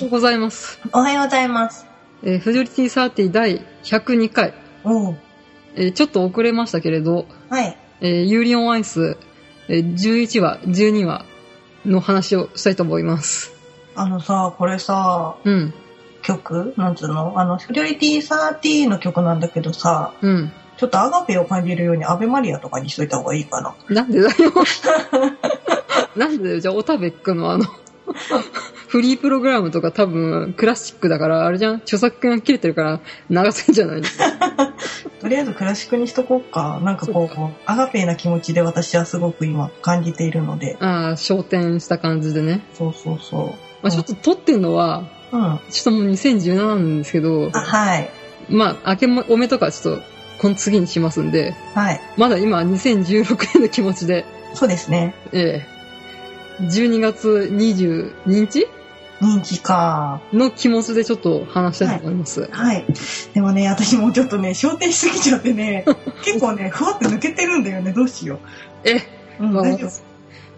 ようございます。おはようございます。えーフジョリティ30第102回。おうえーちょっと遅れましたけれど、はい。えーユーリオンアイス、えー11話、12話の話をしたいと思います。あのさ、これさ、うん、曲なんつうのあの、フリョリティ30の曲なんだけどさ、うん。ちょっとアガペを感じるようにアベマリアとかにしといた方がいいかな。なんでだよ。 なんでだよ。じゃあ、オタベックのあの、フリープログラムとか多分クラシックだから、あれじゃん著作権が切れてるから流せんじゃないのとりあえずクラシックにしとこうか。なんかこう、そアガペな気持ちで私はすごく今感じているので。ああ、焦点した感じでね。そうそうそまあ、ちょっと撮ってんのは、う。うん。あ、ちょっともう2017なんですけど、はい。まあ、明けおめとかちょっと、この次にしますんで、はい。まだ今2016年の気持ちで、そうですね。ええ12月22日人気か。の気持ちでちょっと話したいと思います。はい。でもね、私もうちょっとね、焦点しすぎちゃってね、結構ね、ふわって抜けてるんだよね。どうしよええう。うん、まあ大丈夫私。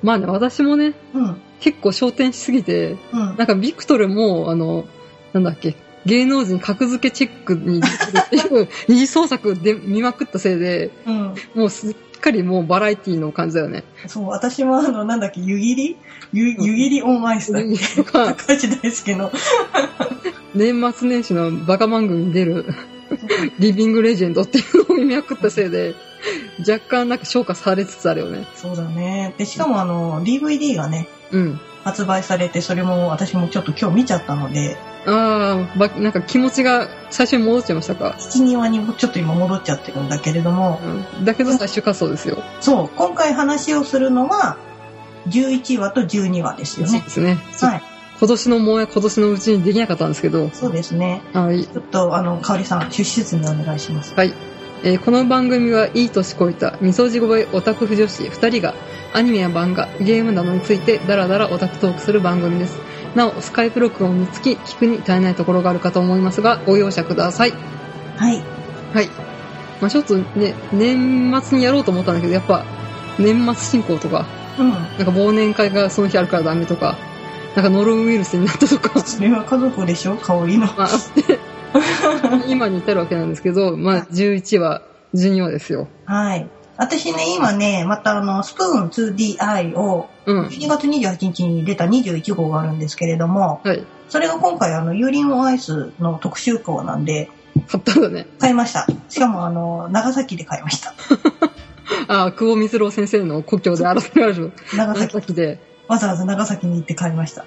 まあね、私もね、うん。結構焦点しすぎて、うん。なんかビクトルも、あの、なんだっけ、芸能人格付けチェックに、って いう二次創作で見まくったせいで、うん。もうすっかりもうバラエティの感じだよね。そう、私もあの、なんだっけ、湯切り湯湯切りオンアイスだ っけ。とか高橋大輔の。年末年始のバカ番組に出るリビングレジェンドっていうのを見まくったせいで、若干なんか消化されつつあるよね。そうだね。で、しかもあの、DVD がね、うん。発売されて、それも私もちょっと今日見ちゃったので、ああ、ば、なんか気持ちが最初に戻っちゃいましたか。一庭にもちょっと今戻っちゃってるんだけれども、うん。だけど最終滑走ですよ。そう、今回話をするのは、11話と12話ですよそうねで。すね。はい。今年の萌え、今年のうちにできなかったんですけど、そうですね。はい。ちょっと、あの、かおりさん、出資にお願いします。はい。えーこの番組はいい年こいた、みそじ超えオタク婦女子2人が、アニメや漫画、ゲームなどについてダラダラオタクトークする番組です。なお、スカイプ録音につき、聞くに足りないところがあるかと思いますが、ご容赦ください。はい。はい。まあちょっとね、年末にやろうと思ったんだけど、やっぱ、年末進行とか、うん。なんか忘年会がその日あるからダメとか、なんかノロウイルスになったとか、 それは家族でしょかおりの。まあ あって、今に至るわけなんですけど、まあ11話、12話ですよ。はい。私ね、今ね、またあの、スプーン 2DI を、うん。 12月28日に出た21号があるんですけれども、はい。それが今回あの、ユーリンオンアイスの特集号なんで、買ったんだね。買いました。しかもあの、長崎で買いました。ああ、久保光郎先生の故郷で改められる長崎、先で。わざわざ長崎に行って買いました。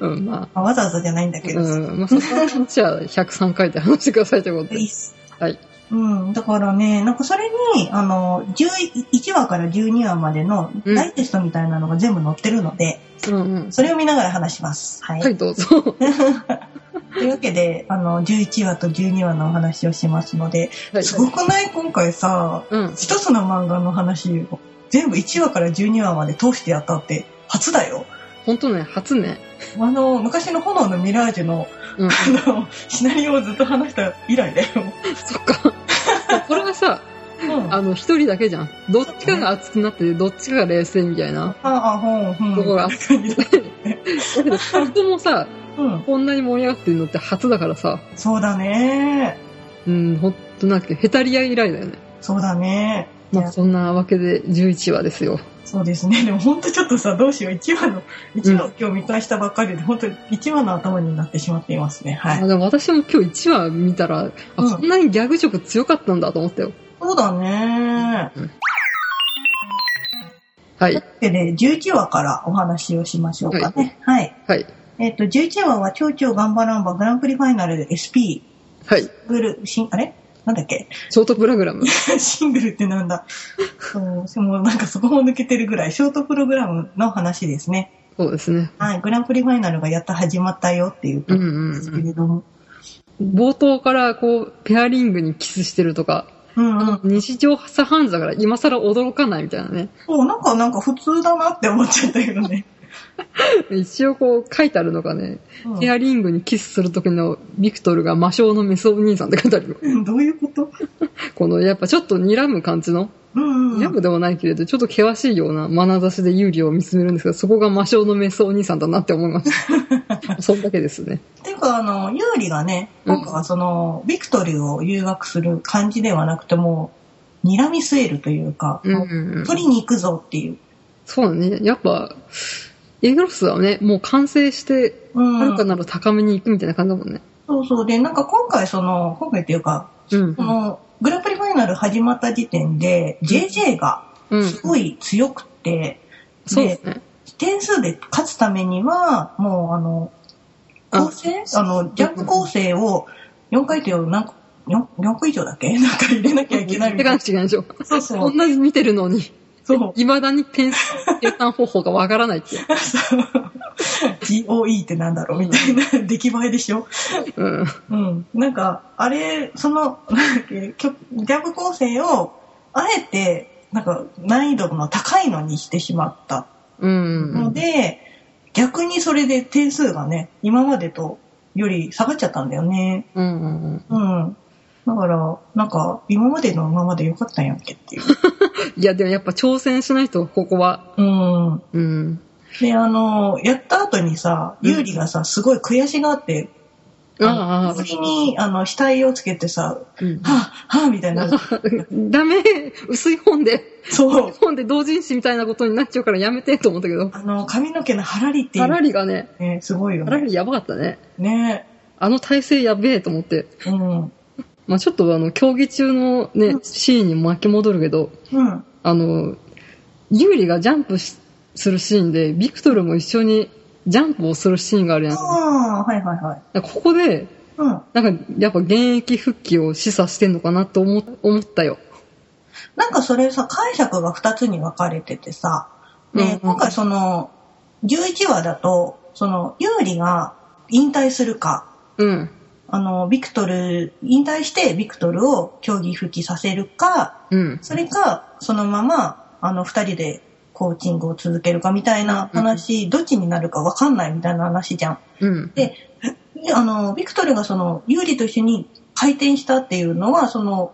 うん、ままあわざわざじゃないんだあ、けど、うん、まあ、そこは話は103回で話してくださいということいいでっ。す。はい。うん、だからね、なんかそれに、あの、11話から12話までのうんダイジェストみたいなのが全部載ってるので、うんうん。それを見ながら話します。はい。はい、どうぞ。というわけで、あの、11話と12話のお話をしますので、はい。すごくない今回さ、うん。一つの漫画の話を全部1話から12話まで通してやったって初だよ。ほんとね、初ね。あの、昔の炎のミラージュの、うん。あの、シナリオをずっと話した以来だよ。そっか。 これはさ、うん。ああの、一人だけじゃん。どっちかが熱くなって、どっちかが冷静みたいな。あ、ほん、ほん。ところがあっ感じだだけど、二人ともさ、うん。こんなに盛り上がってるのって初だからさ、そうだね。うん、ほんとなんだっけ、ヘタリア以来だよね。そうだね。いまあ、やそんなわけで11話ですよ。そうですね。でも本当ちょっとさ、どうしよう。1話の、1話を今日見返したばっかりで、本当1話の頭になってしまっていますね。はいあ。でも私も今日1話見たら、あ、うんこんなにギャグ色強かったんだと思ったよ。そうだね。はい。でね、11話からお話をしましょうかね。はい。はい。えっ、と、11話は、蝶々頑張らんばグランプリファイナルで SP、はい。グル、シン、あれなんだっけ ショートプログラム。シングルってなんだそう、でもなんかそこも抜けてるぐらい、ショートプログラムの話ですね。そうですね。はい、グランプリファイナルがやった始まったよっていううとんこうろんですけうん。れども。冒頭からこう、ペアリングにキスしてるとか、うんあうんの。日常茶飯事だから今更驚かないみたいなね。そう、なんか、なんか普通だなって思っちゃったけどね。一応こう書いてあるのがね、うんペアリングにキスする時のビクトルが魔性のメスお兄さんって書いてあるよ。どういうことこのやっぱちょっと睨む感じの、うんうん。ジャブではないけれど、ちょっと険しいような眼差しで有利を見つめるんですけど、そこが魔性のメスお兄さんだなって思いま した。そんだけですね。ていうか、あの、ユーリがね、今回はその、ビクトリーを誘惑する感じではなくてもう、睨み据えるというか、うんうんうん。取りに行くぞっていう。そうだね。やっぱ、エグロスはね、もう完成して、うん。はるかなら高めに行くみたいな感じだもんね。そうそう。で、なんか今回その、今回っていうか、うんこ。の、グランプリファイナル始まった時点で、JJ がうん。すごい強くて、そうですね。点数で勝つためには、もうあの、あ構成あの、ジャンプ構成を4回転を何個、4, 4個以上だっけ なんか入れなきゃいけないみ手たいが違うでしょ。な。そうそ同う。じ見てるのに、そう。未だに点数、計算方法がわからないっていう。 GOE ってなんだろうみたいな 出来栄えでしょうん。うん。なんか、あれ、その、なんだっけ、曲ギャグ構成を、あえて、なんか、難易度の高いのにしてしまったうんの。で、逆にそれで点数がね、今までとより下がっちゃったんだよね。うんうんうん。うん。だから、なんか、今までのままで良かったんやっけっていう。いや、でもやっぱ挑戦しないと、ここは。うん。うん。で、あの、やった後にさ、うんユーリがさ、すごい悔しがって、ああ、首に、あの、額をつけてさ、うんはぁ、はぁ、みたいな。ダメ薄い本で、そう。本で同人誌みたいなことになっちゃうからやめてと思ったけど、あの、髪の毛のハラリっていハラう、リがね、ね、すごいよハラね。リやばかったね。ねあの体勢やべえと思って。うん。うん。まあちょっとあの、競技中のねう、んシーンに巻き戻るけど、あの、ユーリがジャンプしするシーンで、ビクトルも一緒にジャンプをするシーンがあるやん。ああ、はいはいはい。ここで、うん。なんか、やっぱ現役復帰を示唆してんのかなと思思ったよ。なんかそれさ、解釈が2つに分かれててさ、で、うんうん今回その、11話だと、その、ユーリが引退するか、うん。あの、ビクトル、引退してビクトルを競技復帰させるか、うん。それか、そのまま、あの、二人でコーチングを続けるかみたいな話、どっちになるかわかんないみたいな話じゃん。うん。であの、ビクトルがその、ユーリと一緒に回転したっていうのは、その、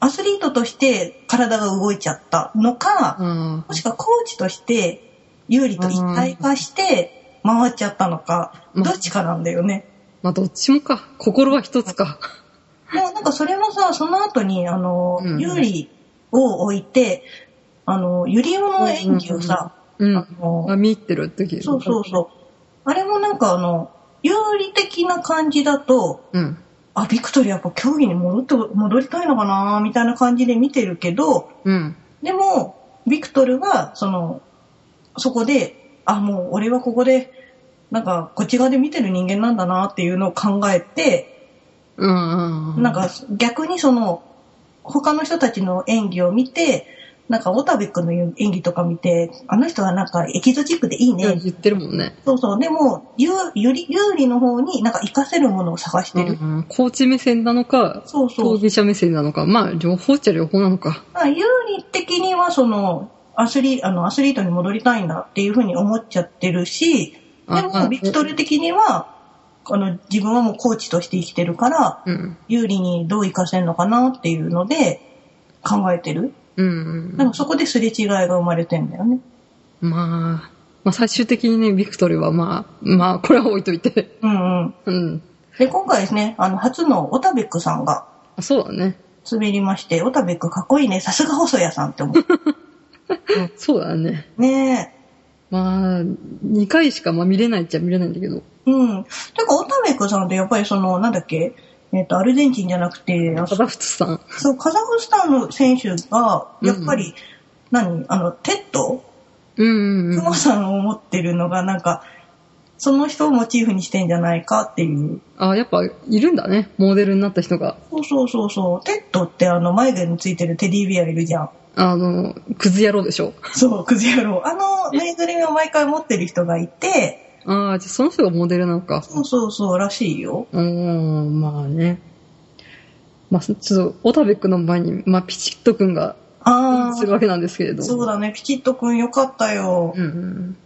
アスリートとして体が動いちゃったのか、あもしくはコーチとして、ユーリと一体化して回っちゃったのか、うんどっちかなんだよね。まあ、どっちもか。心は一つか。でもなんかそれもさ、その後に、あの、うんユーリを置いて、あの、ユリオの演技をさ、うん。あのあ、見入ってる時。そうそうそう。あれもなんかあの、有利的な感じだと、う。うん。あ、ビクトリーやっぱ競技に戻って、戻りたいのかなみたいな感じで見てるけど、うん。でも、ビクトルは、その、そこで、あ、もう俺はここで、なんか、こっち側で見てる人間なんだなっていうのを考えて、うん。うんなん、か逆にその他の人たちの演技を見てなんか小田部君の演技とか見てあの人はなんかエキゾチックでいいね、ね、言ってるもんね。そうそうでもゆゆり有利の方になんか活かせるものを探してる、うんコーチ目線なのか、そうそ競う、技者目線なのか、まあ、両方っちゃ両方なのか。まあ、有利的にはそのアスリあのアスリートに戻りたいんだっていうふうに思っちゃってるしあでもビクトル的にはあの自分はもうコーチとして生きてるからうん。有利にどう活かせるのかなっていうので考えてるうんうんでもそこですれ違いが生まれてんだよね。まあ、まあ最終的にね、ビクトルはまあ、まあ、これは置いといて。うんうん。うん。で、今回ですね、あの、初のオタベックさんがあそうだね。滑りまして、オタベックかっこいいね、さすが細谷さんって思 う。そうだね。ねまあ、2回しかまあ見れないっちゃ見れないんだけど。え。うん。てか、オタベックさんってやっぱりその、なんだっけ、えっ、と、アルゼンチンじゃなくて、あカダフツさん。そう、カザフスタンの選手が、やっぱり、何あの、テッドうんうんクうん。マさんを持ってるのが、なんか、その人をモチーフにしてんじゃないかっていう。あ、やっぱ、いるんだね。モデルになった人が。そうそうそうそう。テッドってあの、眉毛についてるテディビアいるじゃん。あの、クズ野郎でしょ。 そう、クズ野郎。あの、ぬいぐるみを毎回持ってる人がいて、ああ、じゃあその人がモデルなのか。そうそうそう、らしいよ。うーん、まあね。まあ、ちょっと、オタベックの前に、まあ、ピチッとくんが、あするあ、わけなんですけれど。そうだね、ピチッとくんよかったよう。んう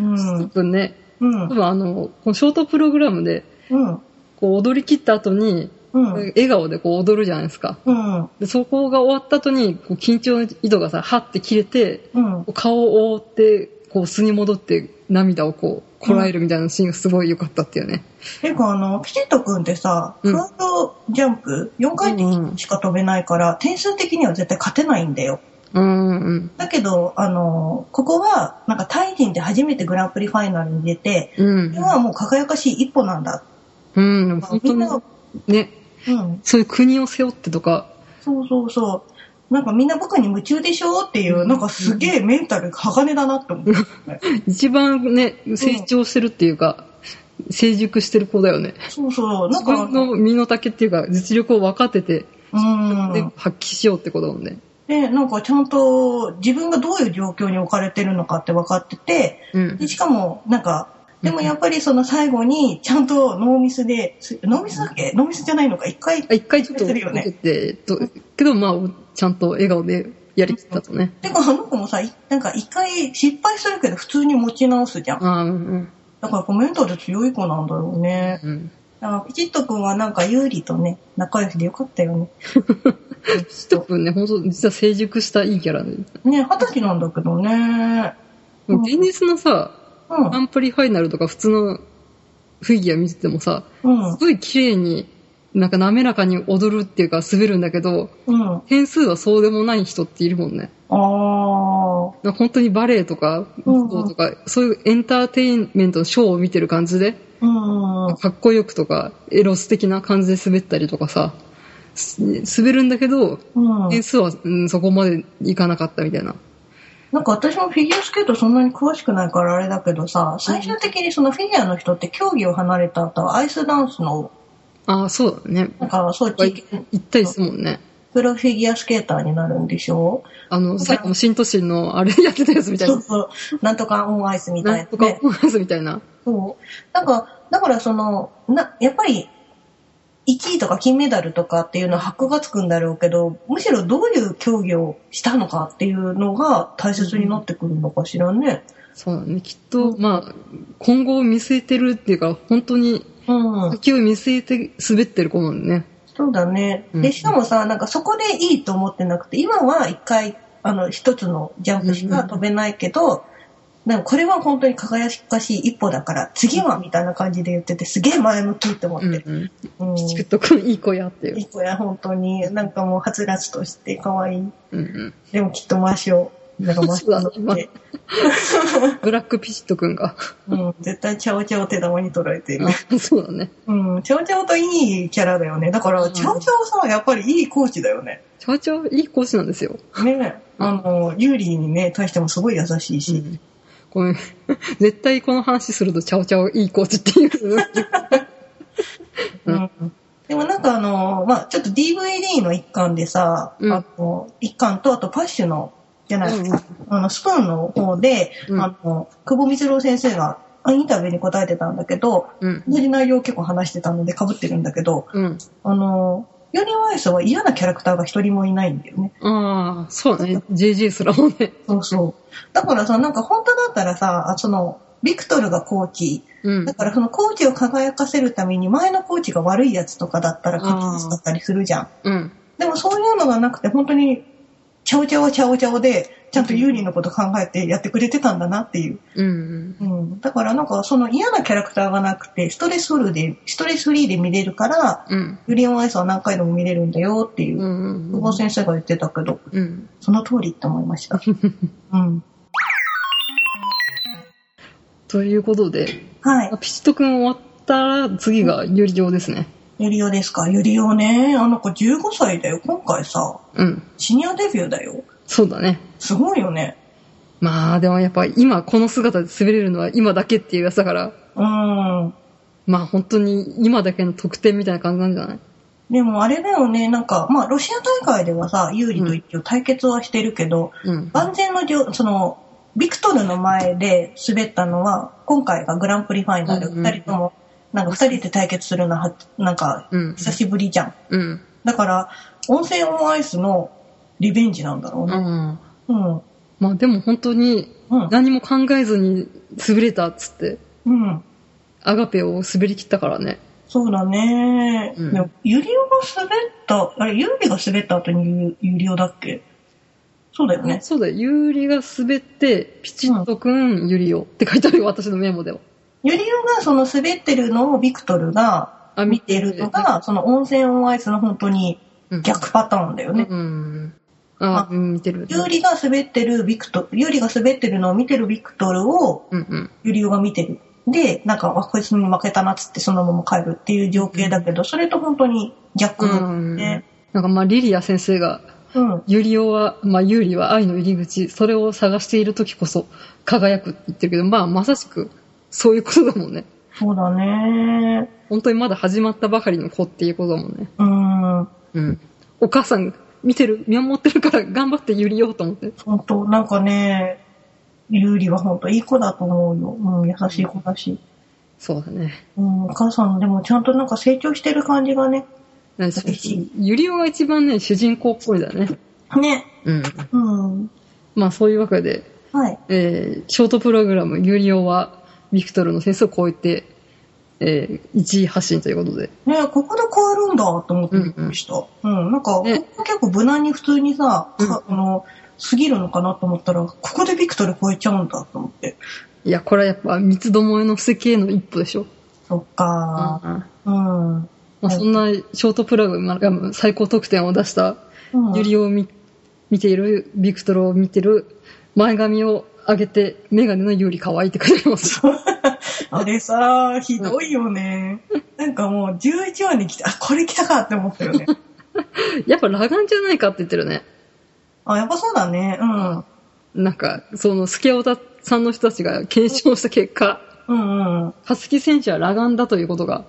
うん。ちょっん、とね、うん多、分あの、このショートプログラムで、うん、こう、踊り切った後に、うん。笑顔でこう踊るじゃないですか。うん。でそこが終わった後に、こう緊張の糸がさ、はって切れて、うん。こう顔を覆って、こう素に戻って涙をこう、こらえるみたいなシーンがすごい良かったっていうね。てかあの、ピチット君ってさ、うんフロートジャンプ4回転しか飛べないから、点数的には絶対勝てないんだよ。うんうんだけど、あの、ここは、なんかタイ人で初めてグランプリファイナルに出て、うんこれ。はもう輝かしい一歩なんだ。うん。でも本み当んながに、ね、うん。そういう国を背負ってとか、そうそうそう。なんかみんな僕に夢中でしょっていう、うんなんかすげえメンタル鋼だなって思う。一番ね、成長してるっていうか、成熟してる子だよね。そうそう。な自んか、分の身の丈っていうか、実力を分かってて、うでん。発揮しようってことだもんね。で、なんかちゃんと自分がどういう状況に置かれてるのかって分かってて、うんで。しかも、なんか、でもやっぱりその最後に、ちゃんとノーミスで、すノーミスだっけノーミスじゃないのか、一回。あ一回ちょっと忘れてるよね受けて、とけどまあ、ちゃんと笑顔でやりきったとね。てか、あの子もさ、いなんか一回失敗するけど普通に持ち直すじゃん。ああ、うんだからコメントで強い子なんだろうね。うん。だからピチット君はなんか有利とね、仲良しでよかったよね。シト君ね、本当実は成熟したいいキャラで。ね、二十歳なんだけどね。もう現実のさ、うグラん。ンプリファイナルとか普通のフィギュア見ててもさ、うんす。ごい綺麗に、なんか滑らかに踊るっていうか滑るんだけど、うん。あ点数はそうでもない人っているもんね。あ。なんか本当にバレエとか、うん武道とか、そういうエンターテインメントのショーを見てる感じで、うん。うんかっこよくとか、エロス的な感じで滑ったりとかさ、す滑るんだけど、点数は、うん、そこまでいかなかったみたいな。なんか私もフィギュアスケートそんなに詳しくないからあれだけどさ、最終的にそのフィギュアの人って競技を離れた後はアイスダンスの、ああ、そうだね。なんかそう、は地い域行ったりするもんね。プロフィギュアスケーターになるんでしょあの、最後の新都心のあれやってたやつみたいそなう。そう。なんとかオンアイスみたいななやんつとかね。コンファレンスみたいな。そう。なんか、だからその、な、やっぱり、1位とか金メダルとかっていうのは箔がつくんだろうけど、むしろどういう競技をしたのかっていうのが大切になってくるのかしらね。そうだね。きっと、まあ、今後を見据えてるっていうか、本当にうん。先を見据えて滑ってる子もね。そうだね。うんで、しかもさ、なんかそこでいいと思ってなくて、今は一回、あの、一つのジャンプしか飛べないけど、なんかこれは本当に輝かしい一歩だから、次はみたいな感じで言ってて、すげえ前向きって思っうて。んうん。うん。ピチクッとくんいい子やっていうい。い子や、本当に。なんかもう、はつらつとして可愛い。うんうん。でもきっとマシを。なんかマシをそうだ乗っねて。ブラックピチッとくんが。うん。絶対、チャオチャオ手玉に取られてる。あそうだね。うん。チャオチャオといいキャラだよね。だかうら、んチャオチャオさんはやっぱりいいコーチだよね。ちゃうちゃういい講師なんですよ。ねあの、ユーリーにね、対してもすごい優しいし。ごめん。 絶対この話すると、ちゃうちゃういいコーチっていう。ううんん。でもなんかあの、まあちょっと DVD の一巻でさ、うんあの、一巻とあとパッシュの、じゃない、あの、スプーンの方で、うんあの、久保光郎先生があインタビューに答えてたんだけど、うん。同じ内容を結構話してたので被ってるんだけど、うん。あの、ヨニーワイスは嫌なキャラクターが一人もいないんだよね。ああ、そうだね。JJ すらもね。そうそう。だからさ、なんか本当だったらさ、あその、ビクトルがコーチ、うんだ。からそのコーチを輝かせるために前のコーチが悪いやつとかだったら確実だったりするじゃん。うん。でもそういうのがなくて本当に、ちゃおちゃおちゃおちゃおで、ちゃんとユーリのこと考えてやってくれてたんだなっていう。うん。うん。だからなんかその嫌なキャラクターがなくて、ストレスフルで、ストレスフリーで見れるから、うん。ユリオンアイスは何回でも見れるんだよっていうう、ん。久保先生が言ってたけど、うん。その通りって思い ました。うん。ということで、はい。ピチットくん終わったら、次が有利上ですね。ユリオですか。ユリオね、あの子15歳だよ。今回さ、うん。シニアデビューだよ。そうだね。すごいよね。まあ、でもやっぱ今この姿で滑れるのは今だけっていうやつだから、うん。まあ本当に今だけの得点みたいな感じなんじゃないでもあれだよね、なんか、まあ、ロシア大会ではさ、有利と一応対決はしてるけど、うん。万全の状、その、ビクトルの前で滑ったのは、今回がグランプリファイナル、うんうん二人とも、なんか二人で対決するのは、なんか、うん。久しぶりじゃん。うん。だから、温泉オンアイスのリベンジなんだろううね。ん。うん。まあでも本当にうん。何も考えずに滑れたっつって、うん。アガペを滑り切ったからね。そうだね。うんでもユリオが滑った、あれ、ユーリが滑った後にユユリオだっけそうだよね。そうだよ。ユーリが滑って、ピチッとくん、ユリオって書いてあるよ、私のメモでは。ユリオがその滑ってるのをビクトルがあ見てるの、が、その温泉オンアイスの本当にうん、逆パターンだよね。うん。あ、うん見てる。ユーリが滑ってるビクトル、ユーリが滑ってるのを見てるビクトルをうんうん。ユリオが見てる。で、なんか、あ、こいつに負けたなっつってそのまま帰るっていう情景だけど、それと本当に逆うんで、なんかまあ、リリア先生が、うん。ユリオは、まあ、ユーリは愛の入り口、それを探している時こそ輝くって言ってるけど、まあ、まさしく、そういうことだもんね。そうだね。本当にまだ始まったばかりの子っていうことだもんね。うん。うん。お母さん、見てる、見守ってるから 頑張ってユリオと思って。本当なんかね、ユーリは本当いい子だと思うよ。うん、優しい子だし。そうだね。うん、お母さんでもちゃんとなんか成長してる感じがね。なん嬉しいユリオが一番ね、主人公っぽいだね。ね。うん。うん。まあ、そういうわけで、はい。えーショートプログラム、ユリオは、ビクトルの先生を超えて、えー1位発進ということで。ねここで変わるんだと思ってびっくりした。うん、なんか、ねここ結構無難に普通にさ、うんかあの、過ぎるのかなと思ったら、ここでビクトル超えちゃうんだと思って。いや、これはやっぱ、三つどもえの布石への一歩でしょ。そっかまうん。うん。あ、そんなショートプログラム最高得点を出したユリオを見見ている、ビクトルを見てる、前髪を上げて、メガネのユリ可愛いって書いてあります。あれさ、ひどいよね。なんかもう11話に来て、あ、これ来たかって思ったよね。やっぱ裸眼じゃないかって言ってるね。あ、やっぱそうだね。うん。うんなんか、その、スケオタさんの人たちが検証した結果、うんうん。ハスキ選手は裸眼だということが、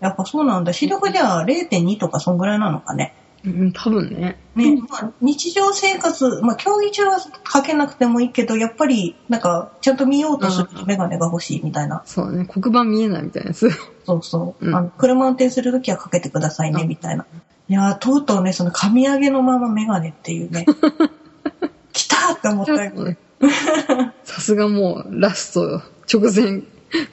やっぱそうなんだ。視力じゃあ0.2とかそんぐらいなのかね。うん、多分ね。ね、まあ、日常生活、まあ、競技中はかけなくてもいいけど、やっぱり、なんか、ちゃんと見ようとするとメガネが欲しいみたいな。そうだね、黒板見えないみたいなやつ。そうそう。うんあの車運転するときはかけてくださいね、うんみたいな。いやー、とうとうね、その、噛み上げのままメガネっていうね。 来たーって思ったよ。 さすがもう、ラスト直前、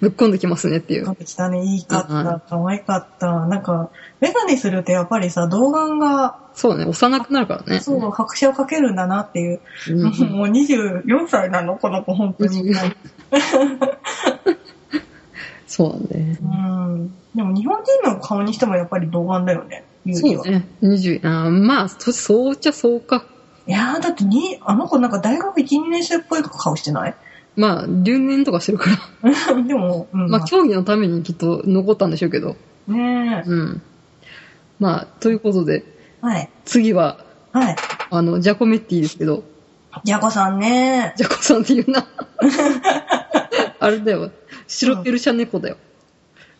ぶっ込んできますねっていう。来たね、いいかっうんうんた、可愛かった。なんか、メガネするとやっぱりさ、童顔が、そうね、幼くなるからね。そう、拍車をかけるんだなっていう。うん。 もう24歳なのこの子、本当に。そうだね。うんでも日本人の顔にしてもやっぱり童顔だよね、ユーリそは。うね。20、あーまあ、そそうじゃそうか。いやー、だってに、あの子なんか大学1、2年生っぽい顔してない まあ、留年とかしてるから。でも、うん、まあ、競技のためにきっと残ったんでしょうけど。ねえ。うん。まあ、ということで、はい。次は、はい。あの、ジャコメッティですけど、ジャコさんね。ジャコさんって言う な。あれだよ。白ペルシャ猫だよ。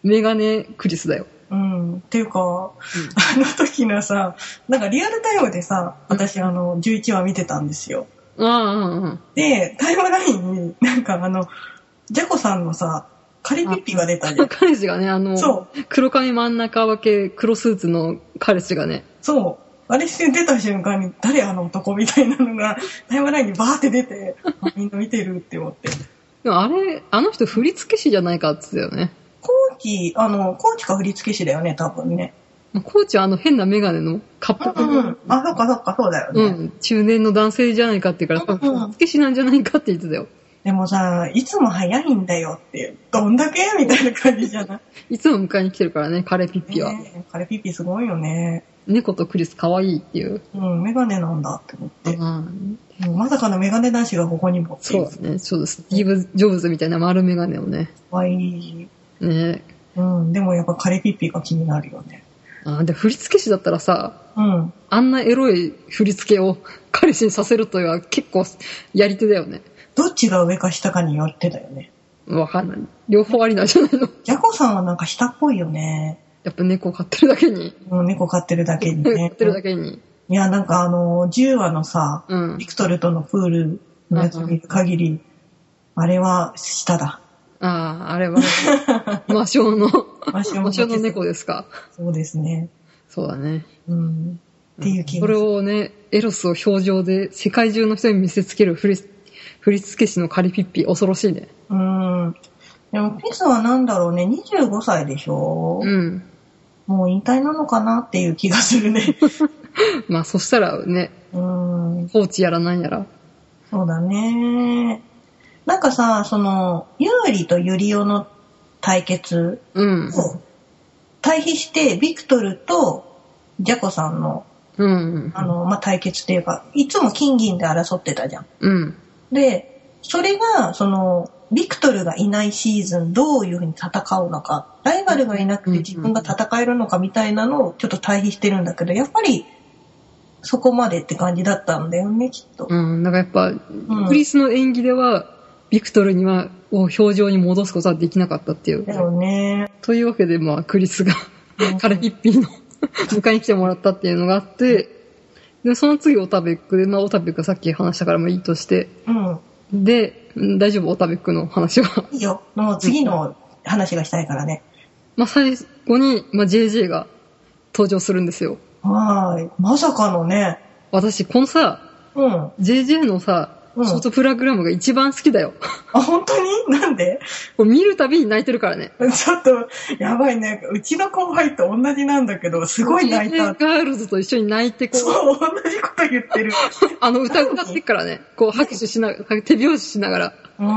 メガネクリスだよ。うん。っていうか、あの時のさ、なんかリアルタイムでさ、私あの、11話見てたんですよ。ああ、うんうん。で、タイムラインに、なんかあの、ジャコさんのさ、カリピッピが出たじゃん。彼氏がね、あの、そう。黒髪真ん中分け、黒スーツの彼氏がね、そう。あれして出た瞬間に、誰あの男みたいなのが、タイムラインにバーって出 て、あみんな見てるって思って。でもあれ、あの人振付師じゃないかって言ってたよね。コーチ、あの、コーチか振付師だよね、多分ね。まあコーチはあの変なメガネのカップ、うん。あ、そっかそっか、そうだよね。うん、中年の男性じゃないかって言うから、多うんう分ん振付師なんじゃないかって言ってたよ。でもさ、いつも早いんだよって、どんだけみたいな感じじゃないいつも迎えに来てるからね、カレピッピは。ねえカレピッピすごいよね。猫とクリス可愛いっていう。うん、メガネなんだって思って。うんうんまさかのメガネ男子がここにもっていそううだ。ね。ちょっとスティーブ・ジョブズみたいな丸メガネをね。かわいい。ねうん、でもやっぱカレピッピが気になるよね。あで、振付師だったらさ、うん。あんなエロい振り付けを 彼氏にさせるというのは結構やり手だよね。どっちが上か下かによってだよね。わかんない。両方ありなんじゃないの ジャコさんはなんか下っぽいよね。やっぱ猫飼ってるだけに。もう猫飼ってるだけ に飼ねっ。てるだけに。いや、なんかあの、10話のさ、うんビ。クトルとのプールのやつ見る限り、あれは下だ。ああ、あれ は、魔性の、魔 性魔性の猫ですか。そうですね。そうだね。うん。っていう気こがれをね、エロスを表情で世界中の人に見せつける振り、振り付け師のカリピッピ、恐ろしいね。うん。でも、ピスはなんだろうね、25歳でしょ、うん。もう引退なのかなっていう気がするね。 まあ、そしたらね、うん、放置やらなんやら。そうだね。なんかさ、その、ユーリとユリオの対決うん。を対比して、ビクトルとジャコさんの、うん。あの、まあ、対決っていうか、いつも金銀で争ってたじゃん。うん。で、それが、その、ビクトルがいないシーズン、どういうふうに戦うのか、ライバルがいなくて自分が戦えるのかみたいなのをちょっと対比してるんだけど、やっぱり、そこまでって感じだったんだよね、きっと。うん。なんかやっぱ、うんクリスの演技では、ビクトルには、を表情に戻すことはできなかったっていう。だよね。というわけで、まあ、クリスが、うんカラヒッピーの 迎えに来てもらったっていうのがあって、で、その次、オタベックで、まあ、オタベックはさっき話したから、まあ、いいとして、うん。で、うん大丈夫、オタベックの話は。 いいよ。もう次の話がしたいからね。まあ、最後に、まあ、JJ が登場するんですよ。はーい。まさかのね。私、このさ、うん。あ、 JJ のさ、うんショートプログラムが一番好きだよ。 本当に なんでこれ見るたびに泣いてるからね。ちょっと、やばいね。うちの後輩と同じなんだけど、すごい泣い JJ た。ガールズと一緒に泣いて、こう、そう、同じこと言 ってる。あの、歌歌ってっからね、こう、拍手しながら、手拍子しながら。うん。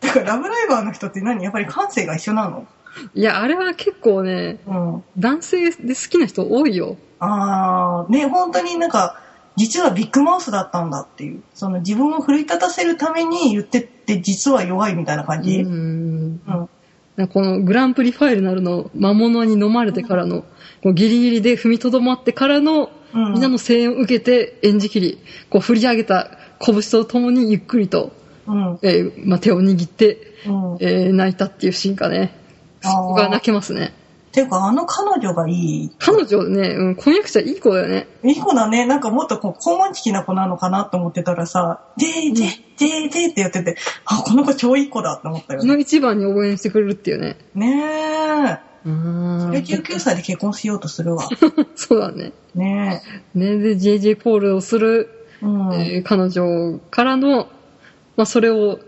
だから、ラブライバーの人って何やっぱり感性が一緒なのいや、あれは結構ね、うん。男性で好きな人多いよ。あー、ね、本当になんか、実はビッグマウスだったんだっていう。その自分を奮い立たせるために言ってって、実は弱いみたいな感うじ。ん。うんなんかこのグランプリファイルなるの魔物に飲まれてからの、こうギリギリで踏みとどまってからの、うんみんなの声援を受けて演じきり、こう振り上げた拳とともにゆっくりと、うん。えーまあ、手を握って、うん。えー泣いたっていうシーンがね、あそーこが泣けますね。ていうか、あの彼女がいい。彼女ね、うん、婚約者いい子だよね。いい子だね。なんかもっとこう、肛門チキな子なのかなと思ってたらさ、でーでーでーでーってやってて、あ、この子超いい子だって思ったよこね。の一番に応援してくれるっていうね。ねうえ。ん。 19歳で結婚しようとするわ。 そうだね。ねね、で、JJ コールをするえ。うん。えー彼女からの、まあ、それを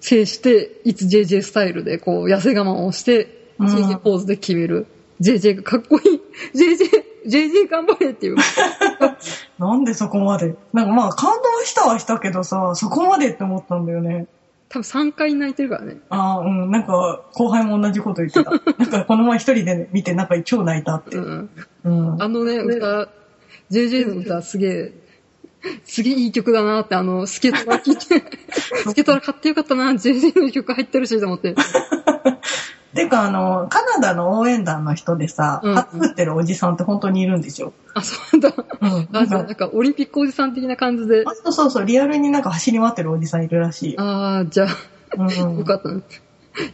制して、いつ JJ スタイルで、こう、痩せ我慢をして、うん JJ ポーズで決める。JJ がかっこい い。JJ、JJ 頑張れっていう。なんでそこまでなんかまあ感動したはしたけどさ、そこまでって思ったんだよね。多分3回泣いてるからね。ああ、うん。なんか後輩も同じこと言っ てた。なんかこの前一人で見てなんか超泣いたって。うん。うん。あのね、歌、JJ の歌すげえ、すげえいい曲だなって、あの、スケトラ聴い て、スケトラ買ってよかったな、JJ の曲入ってるしと思って。てかあの、カナダの応援団の人でさ、うん初打ってるおじさんって本当にいるんでしょ。あ、そうだ。うん。なあ、んじゃあかなんかオリンピックおじさん的な感じで、あそうそうそう、リアルになんか走り回ってるおじさんいるらしいよ。あー、じゃあ、うん、よかったね。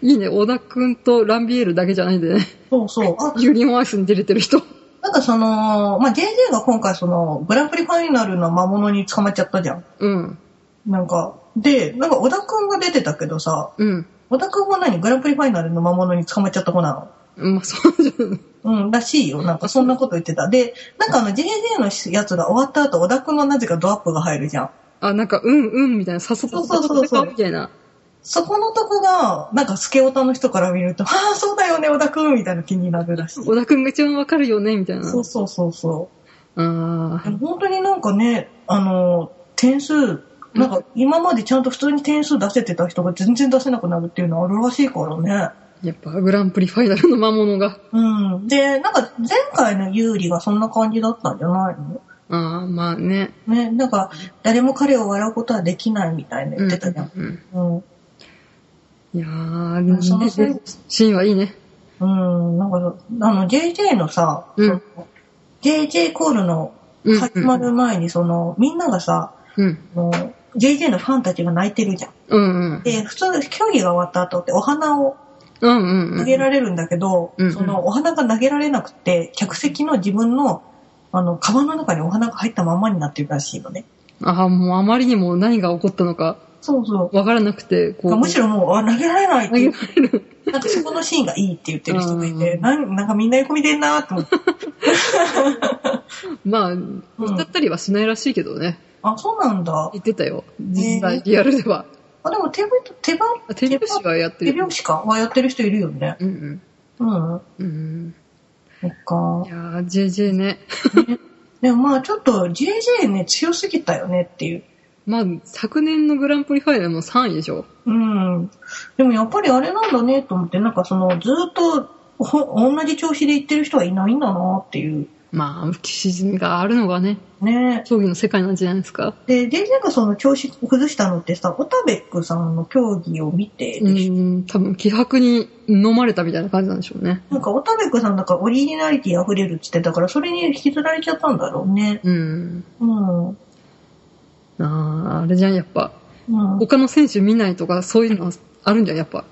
いいね、小田くんとランビエールだけじゃないんでね。 そうそう。あユリオンアイスに出れてる人。なんかその、まあ、JJ が今回その、グランプリファイナルの魔物に捕まっちゃったじゃん。うん。なんか、で、なんか小田くんが出てたけどさ、うん。小田くんは何グランプリファイナルの魔物に捕まっちゃった子なまあ、そうじゃん。のうん、らしいよ。なんかそんなこと言ってた。で、なんかあの JJ のやつが終わった後、小田くんのなぜかドアップが入るじゃん。あ、なんか、うん、うん、みたいな、さっそとそうそうそうそうみたいな。そこのとこが、なんかスケオタの人から見ると、ああ、そうだよね、小田くんみたいな気になるらしい。小田くんが一番わかるよね、みたいな。そうそうそうそう。あでも本当になんかね、あの、点数、なんか今までちゃんと普通に点数出せてた人が全然出せなくなるっていうのはあるらしいからね。ーやっぱ、グランプリファイナルの魔物が。うん。で、なんか前回の有利がそんな感じだったんじゃないのああ、まあね。ね、なんか誰も彼を笑うことはできないみたいな言ってたじゃん。うん。うん。いやー、うんそのせいねシーンはいいね。うん、なんか、あの、JJ のさ、うんその JJ コールのうん。始まる前に、その、みんながさ、うん。あの JJ のファンたちが泣いてるじゃん。うんうん。で、普通、競技が終わった後ってお花をうんうんうん。投げられるんだけど、うんそのお花が投げられなくて、客席の自分の、あの、カバンの中にお花が入ったままになってるらしいのね。ああ、もうあまりにも何が起こったのか、そうそわからなくて、こう。う。むしろもう、あ、投げられないっ投てげいうられる。なんかそこのシーンがいいって言ってる人がいて、うんなんなんかみんな横見てんなーって思って。まあ、歌ったりはしないらしいけどね。あ、そうなんだ。言ってたよ。実へ際、ーリアルでは。あ、でも手ぶ手ば、あ手拍子はやって手る。拍子かはやってる人いるよね。うんうん。うん。うん。そっかい。やー、JJ ね。でもまあちょっと JJ ね、強すぎたよねっていう。まあ、昨年のグランプリファイナルも3位でしょ。うん。でもやっぱりあれなんだねと思って、なんかそのずっとほ同じ調子で行ってる人はいないんだなっていう。まあ、浮き沈みがあるのがね、ね競技の世界なんじゃないですか。で、JJ がその調子崩したのってさ、オタベックさんの競技を見てうでしょ、ん、多分気迫に飲まれたみたいな感じなんでしょうね。なんかオタベックさんだからオリジナリティ溢れるって言ってたから、それに引きずられちゃったんだろうね。うん。うん。うん。あーあれじゃん、やっぱ。他の選手見ないとか、そういうのはあるんじゃん、やっぱ。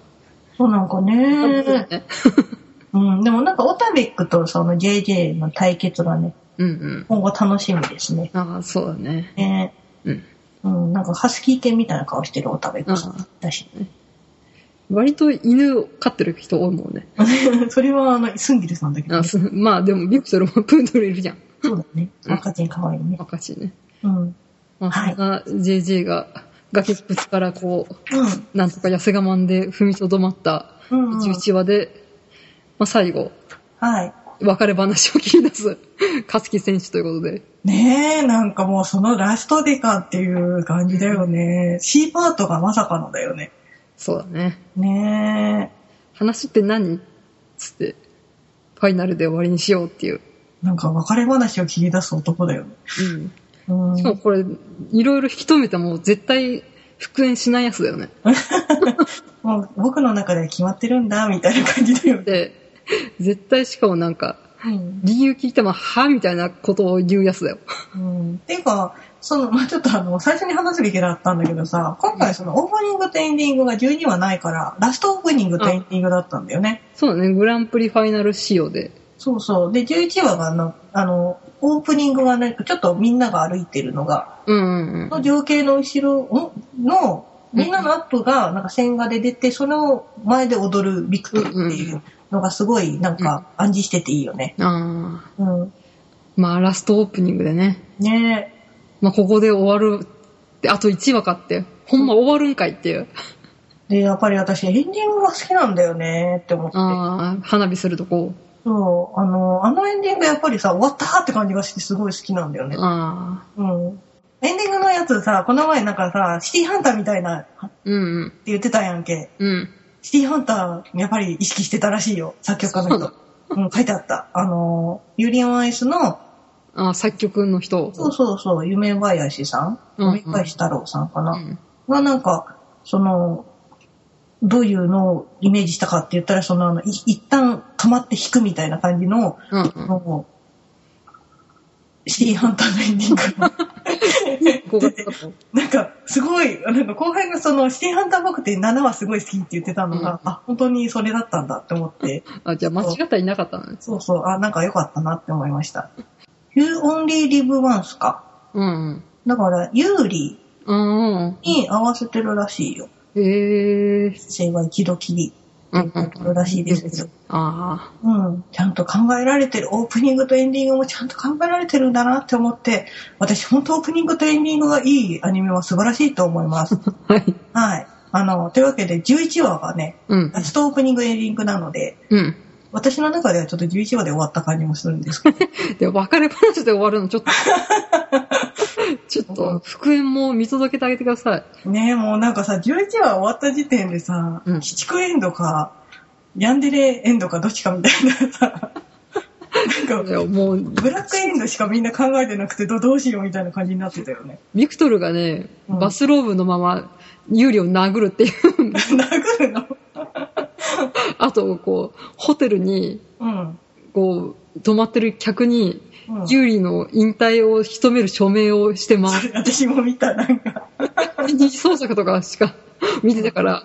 そうなんかね。ねうん。でもなんかオタベックとその JJ の対決がね、うんうん。今後楽しみですね。ああ、そうだね。ねうん。うん、なんかハスキー犬みたいな顔してるオタベックさあんだし。割と犬を飼ってる人多いもんね。 それはあの、スンギルさんだけど、あね。すまあでも、ビクトルもプードルいるじゃん。そうだね。うん赤ちゃん可愛いね。赤しいね。うん。うん。まあ、はいそんな JJ が崖っぷちからこう、なんとか痩せ我慢で踏みとどまったうん、うん。 11話で、まあ、最後、はい。別れ話を切り出す、 勝木選手ということで。ねえ、なんかもうそのラストでかっていう感じだよね。C パートがまさかのだよね。そうだね。ね話って何つって、ファイナルで終わりにしようっていう。え。なんか別れ話を切り出す男だよね。うん。うんしかもこれ、いろいろ引き止めても絶対復縁しないやつだよね。もう僕の中では決まってるんだ、みたいな感じだよね。で、絶対しかもなんか、理由聞いても、はみたいなことを言うやつだ よ。うんていうか、その、まあ、ちょっとあの、最初に話すべきだったんだけどさ、今回そのオープニングとエンディングが12話ないから、ラストオープニングとエンディングだったんだよね。そうだね、グランプリファイナル仕様で。そうそう。で、11話があの、あの、オープニングがなんかちょっとみんなが歩いてるのが、うんうんうのん。情景の後ろんの、みんなのアップがなんか線画で出て、その前で踊るビクトルっていうのがすごいなんか暗示してていいよね。ああ。うん。まあ、ラストオープニングでね。ねえ。まあ、ここで終わるって、あと1話かって、ほんま終わるんかいっていう。で、やっぱり私エンディングが好きなんだよねって思って。ああ、花火するとこ。そう、あの、あのエンディングやっぱりさ、終わったって感じがしてすごい好きなんだよね。ああ、うん。エンディングのやつさ、この前なんかさ、シティハンターみたいなってうん言ってたやんけ。うん、うん。シティハンター、やっぱり意識してたらしいよ、作曲家の人。うん、書いてあった。あの、ユーリオンアイスの、ああ、作曲の人。そうそうそう、夢林さん、うんうん夢林太郎さんかな、うんがなんか、その、どういうのをイメージしたかって言ったら、その、あのい一旦溜まって弾くみたいな感じの、うんうあん。のシティハンターのエンディング5の。月だと。なんか、すごい、なんか後輩がその、シティハンター僕って7話すごい好きって言ってたのが、うんあ、本当にそれだったんだって思って、あ、じゃあ間違ったりなかったのね。そうそう、あ、なんか良かったなって思いました。You only live once か。うんだから、ユーリうん。うんーに合わせてるらしいよ。うん。へえ。人生は一度きり。うんう。そうんらしいですけど。ああ。うん。ちゃんと考えられてる。オープニングとエンディングもちゃんと考えられてるんだなって思って、私本当オープニングとエンディングがいいアニメは素晴らしいと思います。はい。はい。あの、というわけで11話がね、うん。ラストオープニングエンディングなので、うん。私の中ではちょっと11話で終わった感じもするんで すけど。で、別れ話で終わるの、 ちょっと。ちょっと、復縁も見届けてあげてください。ねえ、もうなんかさ、11話終わった時点でさ、うん鬼畜エンドか、ヤンデレエンドかどっちかみたいなさ、なんいか、やもう、ブラックエンドしかみんな考えてなくてどどうしようみたいな感じになってたよね。 ビクトルがね、うんバスローブのまま、ユーリを殴るっていう 殴るのあと、こう、ホテルに、うん。こう、泊まってる客に、うんユーリの引退を仕留める署名をしてまそ れ私も見た、なんか。す。二次創作とかしか 見てたから、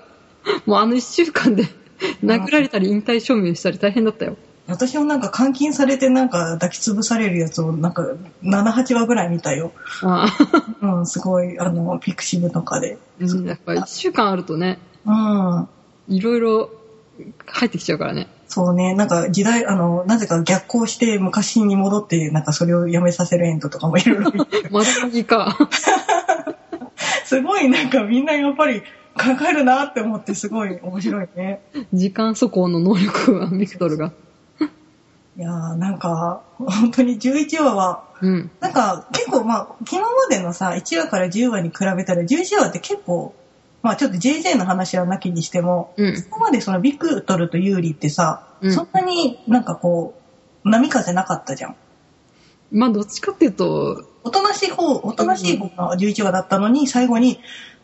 もうあの一週間で 殴られたり引退署名したり大変だったよ。私もなんか監禁されてなんか抱きつぶされるやつをなんか7、8話ぐらい見たよ。ああ、うん、すごい、あの、ピクシブとかで。うんやっぱ一週間あるとね、うん。いろいろ入ってきちゃうからね。 そうね、なんか時代、あの、なぜか逆行して昔に戻って、なんかそれをやめさせるエンドとかもいろいろ見てまだいいか。 すごいなんかみんなやっぱり考えるなって思ってすごい面白いね。時間速報の能力はビクトルが。いやーなんか、本当に11話は、うん。なんか結構まあ、今までのさ、1話から10話に比べたら、11話って結構、まあちょっと JJ の話はなきにしても、うんそ。こまでそのビクトルとユーリってさ、うんそんなになんかこう、波風なかったじゃん。まあ、どっちかっていうと、おとなしい方、おとなしい方が11話だったのに、最後に、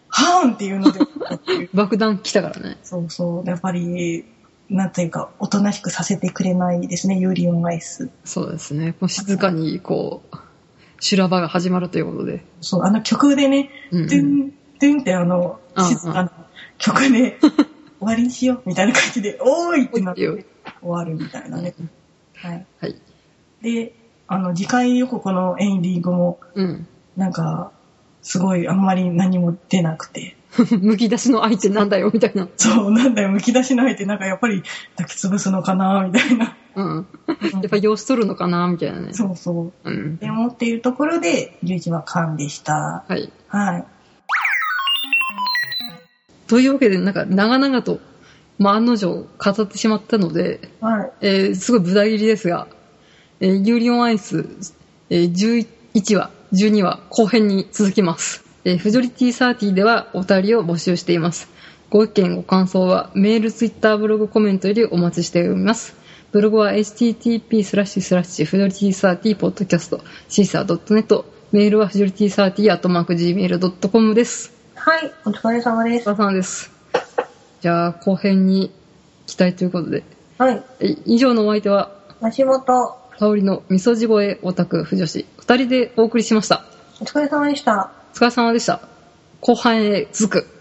はーんっていうので、 爆弾来たからね。そうそう、やっぱり、なんというか、おとなしくさせてくれないですね、ユーリオンアイス。そうですね。こう静かに、こう、修羅場が始まるということで。そう、あの曲でね、うんうドゥん。ン、ドゥンってあの、うんうん静かな 曲で、終わりにしようみたいな感じで、 おーいってなっておーいっ終わるみたいなね。はい。はい。で、あの、次回予告のエンディングも、うん。 なんか、すごいあんまり何も出なくて、むき出しの相手なんだよ、みたいな。そう、なんだよ、むき出しないって、なんかやっぱり抱き潰すのかな、みた いな。うん。やっぱ様子取るのかな、みたいなね。そうそうう。ん。でもっていうところで、11は勘でした。はい。はい。というわけで、なんか、長々と、まあ、案の定、語ってしまったので、はい。えーすごい豚切りですが、えーユーリオンアイス、えー11話、12話、後編に続きます。えーフジョリティサーティではお便りを募集しています。ご意見、ご感想はメール、ツイッター、ブログ、コメントよりお待ちしております。ブログは http スラッシュスラッシュフジョリティサーティポッドキャストシーサー .net メールはフジョリティサーティアットマーク gmail.com です。はい、お疲れ様でおす。疲れ様です。じゃあ後編に期待ということで。はい。え以上のお相手は足元、香りの味噌地声オタク婦女子二人でお送りしましたお疲れ様でした。お疲れ様でした後半へ続く